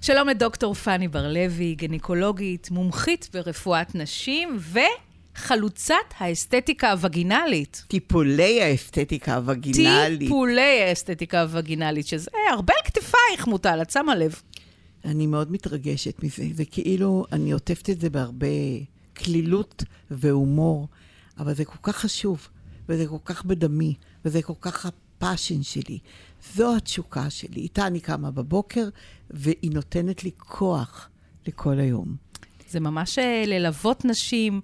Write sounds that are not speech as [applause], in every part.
שלום לדוקטור פאני בר-לוי, גניקולוגית, מומחית ברפואת נשים וחלוצת האסתטיקה הווגינלית. טיפולי האסתטיקה הווגינלית. טיפולי האסתטיקה הווגינלית, שזה הרבה על כתפייך מוטל, את שמה לב. אני מאוד מתרגשת מזה, זה כאילו, אני עוטפת את זה בהרבה קלילות והומור, אבל זה כל כך חשוב, וזה כל כך בדמי, וזה כל כך הפאשן שלי. זו התשוקה שלי, איתה אני קמה בבוקר, והיא נותנת לי כוח לכל היום. זה ממש אה, ללוות נשים,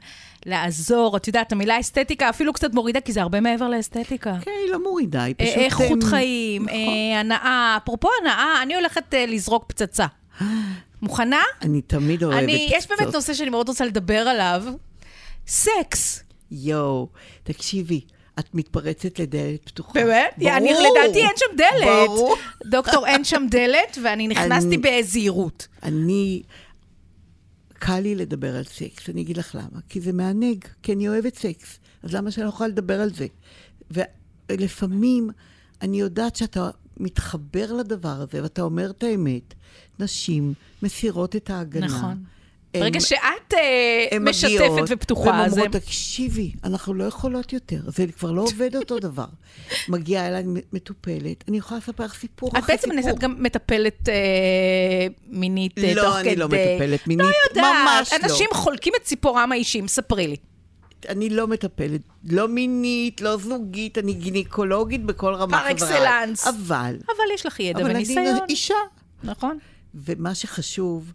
לעזור. את יודעת, המילה אסתטיקה אפילו קצת מורידה, כי זה הרבה מעבר לאסתטיקה. אה, כן, היא לא מורידה, היא פשוט... אה, נכון. איכות חיים, אה, הנאה. אפרופו הנאה, אני הולכת אה, לזרוק פצצה. [gasps] מוכנה? אני תמיד אוהבת פצצות. יש באמת נושא שאני מאוד רוצה לדבר עליו. סקס. Oh, יואו, תקשיבי. את מתפרצת לדלת פתוחה. באמת? ברור. אני, לדעתי אין שם דלת. ברור. דוקטור, אין [laughs] שם דלת, ואני נכנסתי בזהירות. אני, קל לי לדבר על סקס, אני אגיד לך למה. כי זה מענג, כי אני אוהבת סקס, אז למה שאני לא יכולה לדבר על זה? ולפעמים אני יודעת שאתה מתחבר לדבר הזה, ואתה אומר את האמת. נשים מסירות את ההגנה. נכון. הם, ברגע שאת הם משתפת מגיעות, ופתוחה, אז הם... הן אומרות, תקשיבי, אנחנו לא יכולות יותר, זה כבר לא עובד אותו [laughs] דבר. מגיעה אליי מטופלת, אני יכולה לספר לך סיפור אחרי סיפור. את בעצם נעשית גם מטפלת אה, מינית לא, תוך כדי... לא, אני לא מטפלת מינית, לא יודעת, ממש אנשים לא. אנשים חולקים את סיפורם האישי, ספרי לי. אני לא מטפלת, לא מינית, לא זוגית, אני גינקולוגית בכל רמה חברה. פר אקסלנס. אבל... אבל יש לך ידע אבל וניסיון. אבל אני אישה. נכון. ומה שחשוב...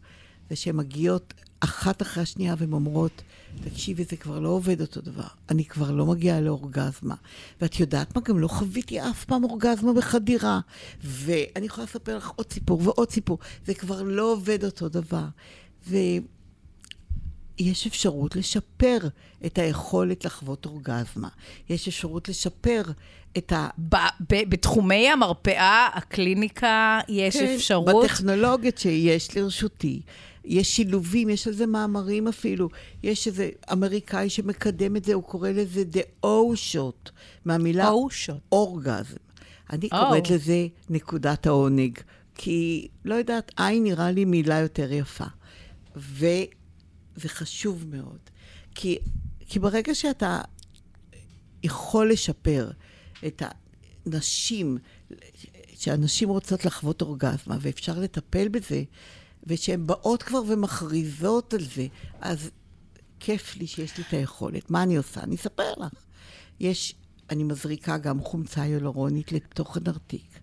זה שהן מגיעות אחת אחרי השנייה והן אומרות, תקשיבי, זה כבר לא עובד אותו דבר. אני כבר לא מגיעה לאורגזמה. ואת יודעת מה? גם לא חוויתי אף פעם אורגזמה בחדירה. ואני יכולה לספר לך עוד סיפור ועוד סיפור. זה כבר לא עובד אותו דבר. ויש אפשרות לשפר את היכולת לחוות אורגזמה. יש אפשרות לשפר את ה... ב- ב- בתחומי המרפאה, הקליניקה, יש כן, אפשרות... בטכנולוגיות שיש לרשותי. יש שילובים, יש על זה מאמרים אפילו. יש איזה אמריקאי שמקדם את זה, הוא קורא לזה the O-shot, מהמילה O-shot. אורגזם. אני oh. קוראת לזה נקודת העונג, כי לא יודעת, עין נראה לי מילה יותר יפה. וזה חשוב מאוד, כי, כי ברגע שאתה יכול לשפר את הנשים, שהנשים רוצות לחוות אורגזמה, ואפשר לטפל בזה, ושהן באות כבר ומכריזות על זה, אז כיף לי שיש לי את היכולת. מה אני עושה? אני אספר לך. יש, אני מזריקה גם חומצה יולורונית לתוך הנרתיק.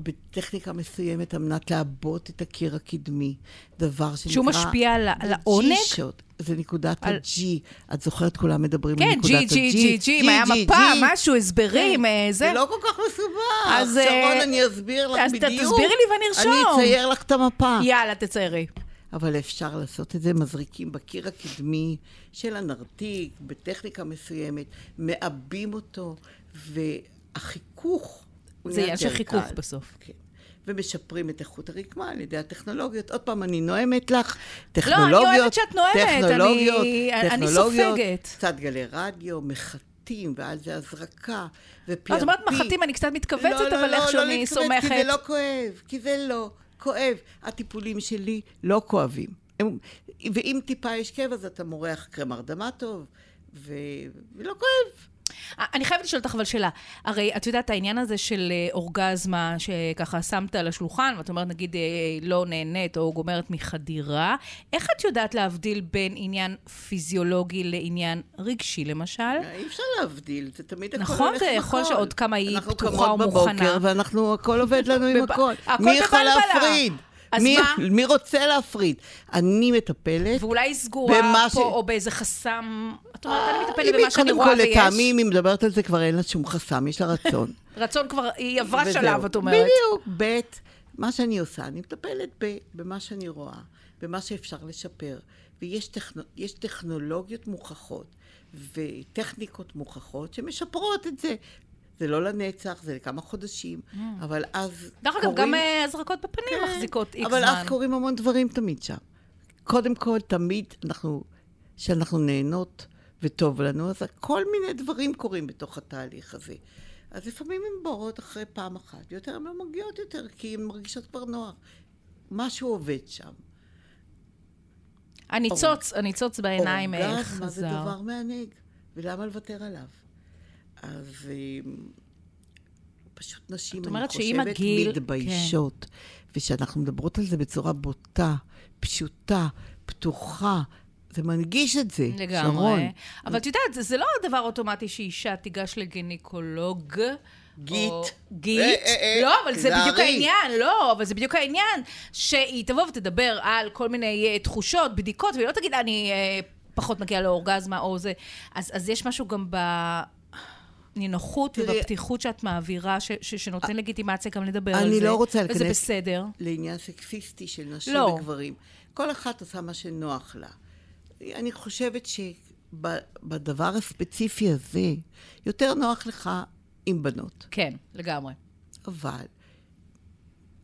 בטכניקה מסוימת על מנת לעבות את הקיר הקדמי, דבר שנקרא... שהוא משפיע על, על העונג? שוט. זה נקודת על... ה-G. את זוכרת, כולם מדברים כן, על נקודת ה-G. כן, G, G, G, G, אם היה מפה, משהו, הסברים, כן. זה... אה, זה לא כל כך מסובך. אז... שרון, אני אסביר לך אז בדיוק. אז תסבירי לי ואני ארשום. אני אצייר לך את המפה. יאללה, תציירי. אבל אפשר לעשות את זה, מזריקים בקיר הקדמי של הנרתיק, בטכניקה מסוימת, מעבים אותו, והחיכוך... זה עניין של חיכוך בסוף. כן. ומשפרים את איכות הרקמה על ידי הטכנולוגיות. עוד פעם, אני נואמת לך, טכנולוגיות, לא, אני אוהבת שאת נואמת, טכנולוגיות, אני, אני טכנולוגיות, סופגת. קצת גלי רדיו, מחטים, ואז זה הזרקה, ופי.אר.פי. את אומרת מחטים, אני קצת מתכווצת, לא, אבל לא, איכשהו לא, אני מתכווץ, סומכת. כי זה לא כואב, כי זה לא כואב. הטיפולים שלי לא כואבים. הם, ואם טיפה יש כאב, אז אתה מורח קרם הרדמה טוב, ו... ולא כואב. אה, אני חייבת לשאול אותך אבל שאלה. הרי את יודעת, העניין הזה של אה, אורגזמה, שככה שמת על השולחן, ואת אומרת, נגיד, לא נהנית או גומרת מחדירה, איך את יודעת להבדיל בין עניין פיזיולוגי לעניין רגשי, למשל? אי אפשר להבדיל, זה תמיד הכל אה. נכון, הולך זה יכול שעוד כמה היא פתוחה ומוכנה. אנחנו קמות בבוקר, ואנחנו, הכל עובד לנו [laughs] עם הכל. מי יכול להפריד? אז מי, מה? מי רוצה להפריד? אני מטפלת ואולי סגורה פה, ש... או באיזה חסם... את אומרת, אני מטפלת במה שאני רואה ויש. קודם אה, כל, לטעמי, אם היא מדברת על זה, כבר אין לה שום חסם, יש לה רצון. רצון כבר, היא עברה שלב, את אומרת. בדיוק. ב', מה שאני עושה, אני מטפלת ב, במה שאני רואה, במה שאפשר לשפר. ויש טכנו, טכנולוגיות מוכחות וטכניקות מוכחות שמשפרות את זה. זה לא לנצח, זה לכמה חודשים, mm. אבל אז דרך קוראים... דרך אגב, גם אה, הזרקות בפנים כן, מחזיקות איקס אבל זמן. אבל אז קורים המון דברים תמיד שם. קודם כל, תמיד אנחנו, כשאנחנו נהנות וטוב לנו, אז כל מיני דברים קורים בתוך התהליך הזה. אז לפעמים הן בורות אחרי פעם אחת, ויותר הן לא מגיעות יותר, כי הן מרגישות כבר נוח. משהו עובד שם. הניצוץ, הניצוץ בעיניים אה, אורגזמה זה חזר. דבר מענג, ולמה לוותר עליו? אז אה, פשוט נשים, את אני אומרת שעם חושבת, הגיל- כן. מתביישות. ושאנחנו מדברות על זה בצורה בוטה, פשוטה, פתוחה, זה מנגיש את זה, לגמרי. שרון. אבל את יודעת, זה- זה לא דבר אוטומטי שאישה תיגש לגינקולוג. גית. או- אה, גית? אה, אה, לא, אבל זה תיזהרי. בדיוק העניין, לא, אבל זה בדיוק העניין. שהיא תבוא ותדבר על כל מיני אה, תחושות, בדיקות, והיא לא תגיד, אני אה, פחות מגיעה לאורגזמה או זה. אז אז יש משהו גם בנינוחות תראי, אה, ובפתיחות שאת מעבירה, ש- ש- שנותן לגיטימציה גם לדבר על זה. אני לא רוצה וזה להיכנס- בסדר. לעניין סקסיסטי של נשים לא. לא. וגברים. כל אחת עושה מה שנוח לה. אני חושבת שבדבר הספציפי הזה, יותר נוח לך עם בנות. כן, לגמרי. אבל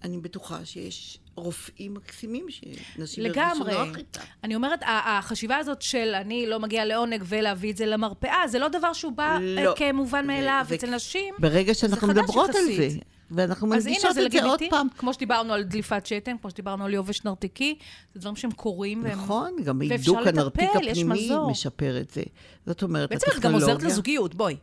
אני בטוחה שיש רופאים מקסימים שנשים ירגישו לגמרי. נוח איתם. אני אומרת, ה- החשיבה הזאת של אני לא מגיעה לעונג ולהביא את זה למרפאה, זה לא דבר שהוא בא לא. אה, כמובן זה- מאליו זה- אצל נשים. ברגע שאנחנו חדש מדברות על זה, יחסית. ואנחנו אז הנה, מנגישות זה את זה עוד לגיטימי. פעם. כמו שדיברנו על דליפת שתן, כמו שדיברנו על יובש נרתיקי, זה דברים שהם קורים. והם- נכון, גם ואפשר הידוק לטפל, הנרתיק יש הפנימי מזור. משפר את זה. זאת אומרת, בעצם הטכנולוגיה... את גם עוזרת לזוגיות, בואי.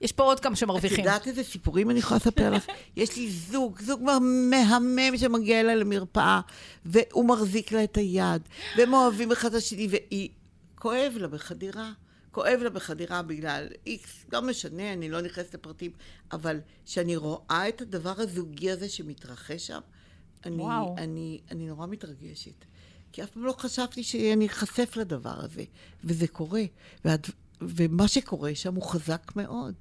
יש פה עוד כמה את שמרוויחים. יודעת איזה סיפורים אני יכולה לספר לך? יש לי זוג, זוג כבר מהמם שמגיע אליי למרפאה, והוא מחזיק לה את היד, והם אוהבים אחד את השני, והיא... כואב לה בחדירה. כואב לה בחדירה בגלל איקס, לא משנה, אני לא נכנסת לפרטים, אבל כשאני רואה את הדבר הזוגי הזה שמתרחש שם, אני, וואו. אני, אני נורא מתרגשת. כי אף פעם לא חשבתי שאני אחשף לדבר הזה, וזה קורה. והד... ומה שקורה שם הוא חזק מאוד.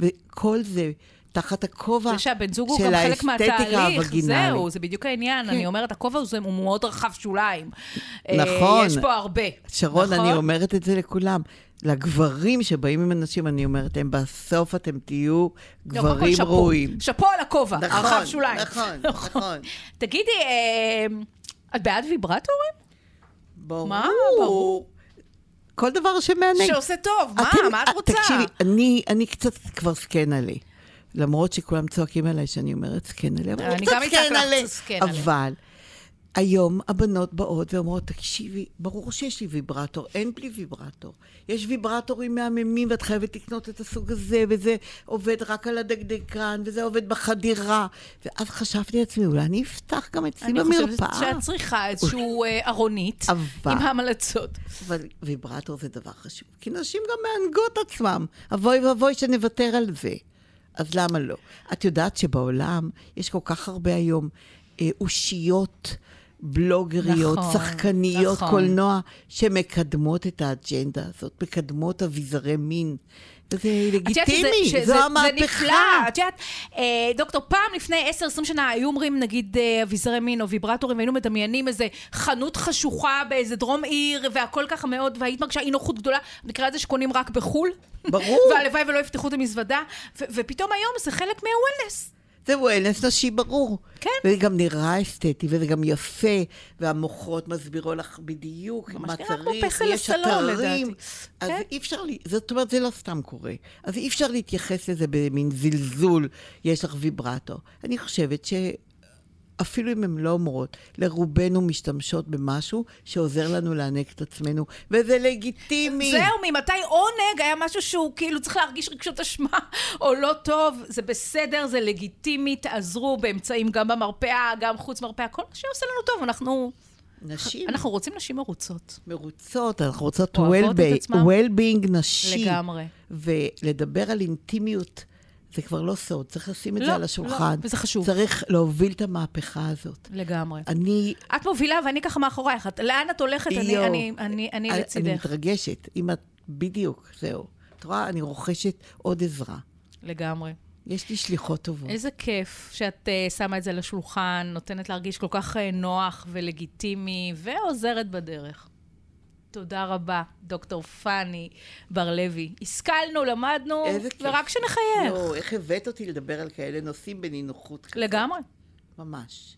וכל זה תחת הכובע זה שהבן זוג הוא גם חלק מהתהליך, זהו, זה בדיוק העניין. כן. אני אומרת, הכובע הזה הוא מאוד רחב שוליים. אה, נכון. יש פה הרבה. שרון, נכון? אני אומרת את זה לכולם. לגברים שבאים עם אנשים, אני אומרת להם, בסוף אתם תהיו לא, קודם כל, גברים שאפו. ראויים. שאפו על הכובע, נכון, הרחב שוליים. [laughs] נכון, נכון. תגידי, אה, את בעד ויברטורים? ברור. מה? ברור. כל דבר שמענג. שעושה טוב, מה? אתם- אה, מה את רוצה? כאילו, תקשיבי, אני, אני קצת כבר זקנה לי. למרות שכולם צועקים עליי שאני אומרת זקנה לי, אבל אני אני קצת גם איתך, זקנה אנחנו לי. זקנה לי. אבל היום הבנות באות ואומרות, תקשיבי, ברור שיש לי ויברטור, אין בלי ויברטור. יש ויברטורים מהממים ואת חייבת לקנות את הסוג הזה, וזה עובד רק על הדגדגן, וזה עובד בחדירה. ואז חשבתי לעצמי, אולי אני אפתח גם אצלי אני במרפאה. לא חושבת שאת צריכה איזשהו אה, ארונית אבל- עם המלצות. אבל ויברטור זה דבר חשוב, כי נשים גם מענגות עצמם. אבוי ואבוי שנוותר על זה. אז למה לא? את יודעת שבעולם יש כל כך הרבה היום אה, אושיות, בלוגריות, נכון, נכון, שחקניות, נכון. נכון. קולנוע, שמקדמות את האג'נדה הזאת, מקדמות אביזרי מין. וזה את יודעת שזה- לגיטימי, שזה- זו זה המהפכה. נפלא, את יודעת, אה, דוקטור, פעם לפני 10-20 שנה היו אומרים, נגיד, אה, אביזרי מין או ויברטורים, והיינו מדמיינים איזה חנות חשוכה באיזה דרום עיר, והכל ככה מאוד, והיית מרגישה אי נוחות גדולה, נקרא לזה שקונים רק בחו"ל. ברור. והלוואי ולא יפתחו את המזוודה, ו- ופתאום היום זה חלק מהוולנס. זה וולנס נשי ברור. כן. וזה גם נראה אסתטי, וזה גם יפה, והמוכרות מסבירו לך בדיוק ממש מה נראה כמו צריך, פסל יש לסלון, אתרים. לדעתי. אז כן. אי אפשר, לי- זאת אומרת, זה לא סתם קורה. אז אי אפשר להתייחס לזה במין זלזול, יש לך ויברטו. אני חושבת ש... אפילו אם הן לא אומרות, לרובנו משתמשות במשהו שעוזר לנו להענק את עצמנו, וזה לגיטימי. זהו, ממתי עונג היה משהו שהוא כאילו צריך להרגיש רגשות אשמה או לא טוב, זה בסדר, זה לגיטימי, תעזרו באמצעים גם במרפאה, גם חוץ מרפאה, כל מה שעושה לנו טוב, אנחנו, נשים אנחנו רוצים נשים מרוצות. מרוצות, אנחנו רוצות אוהבות את well-being, עצמן. well-being נשי. לגמרי. ולדבר על אינטימיות, זה כבר לא סוד, צריך לשים את לא, זה על השולחן. לא, וזה חשוב. צריך להוביל את המהפכה הזאת. לגמרי. אני... את מובילה ואני ככה מאחורייך, את- לאן את הולכת, אני- יואו. אני- אני- אני אני- אה, אני לצידך. מתרגשת. אם את... בדיוק, זהו. את רואה, אני רוכשת עוד עזרה. לגמרי. יש לי שליחות טובות. איזה כיף שאת uh, שמה את זה לשולחן, נותנת להרגיש כל כך uh, נוח ולגיטימי, ועוזרת בדרך. תודה רבה, דוקטור פאני בר לוי. השכלנו, למדנו, איזה כיף. ורק שנחייך. לא, איך הבאת אותי לדבר על כאלה נושאים בנינוחות כזאת? לגמרי. ממש.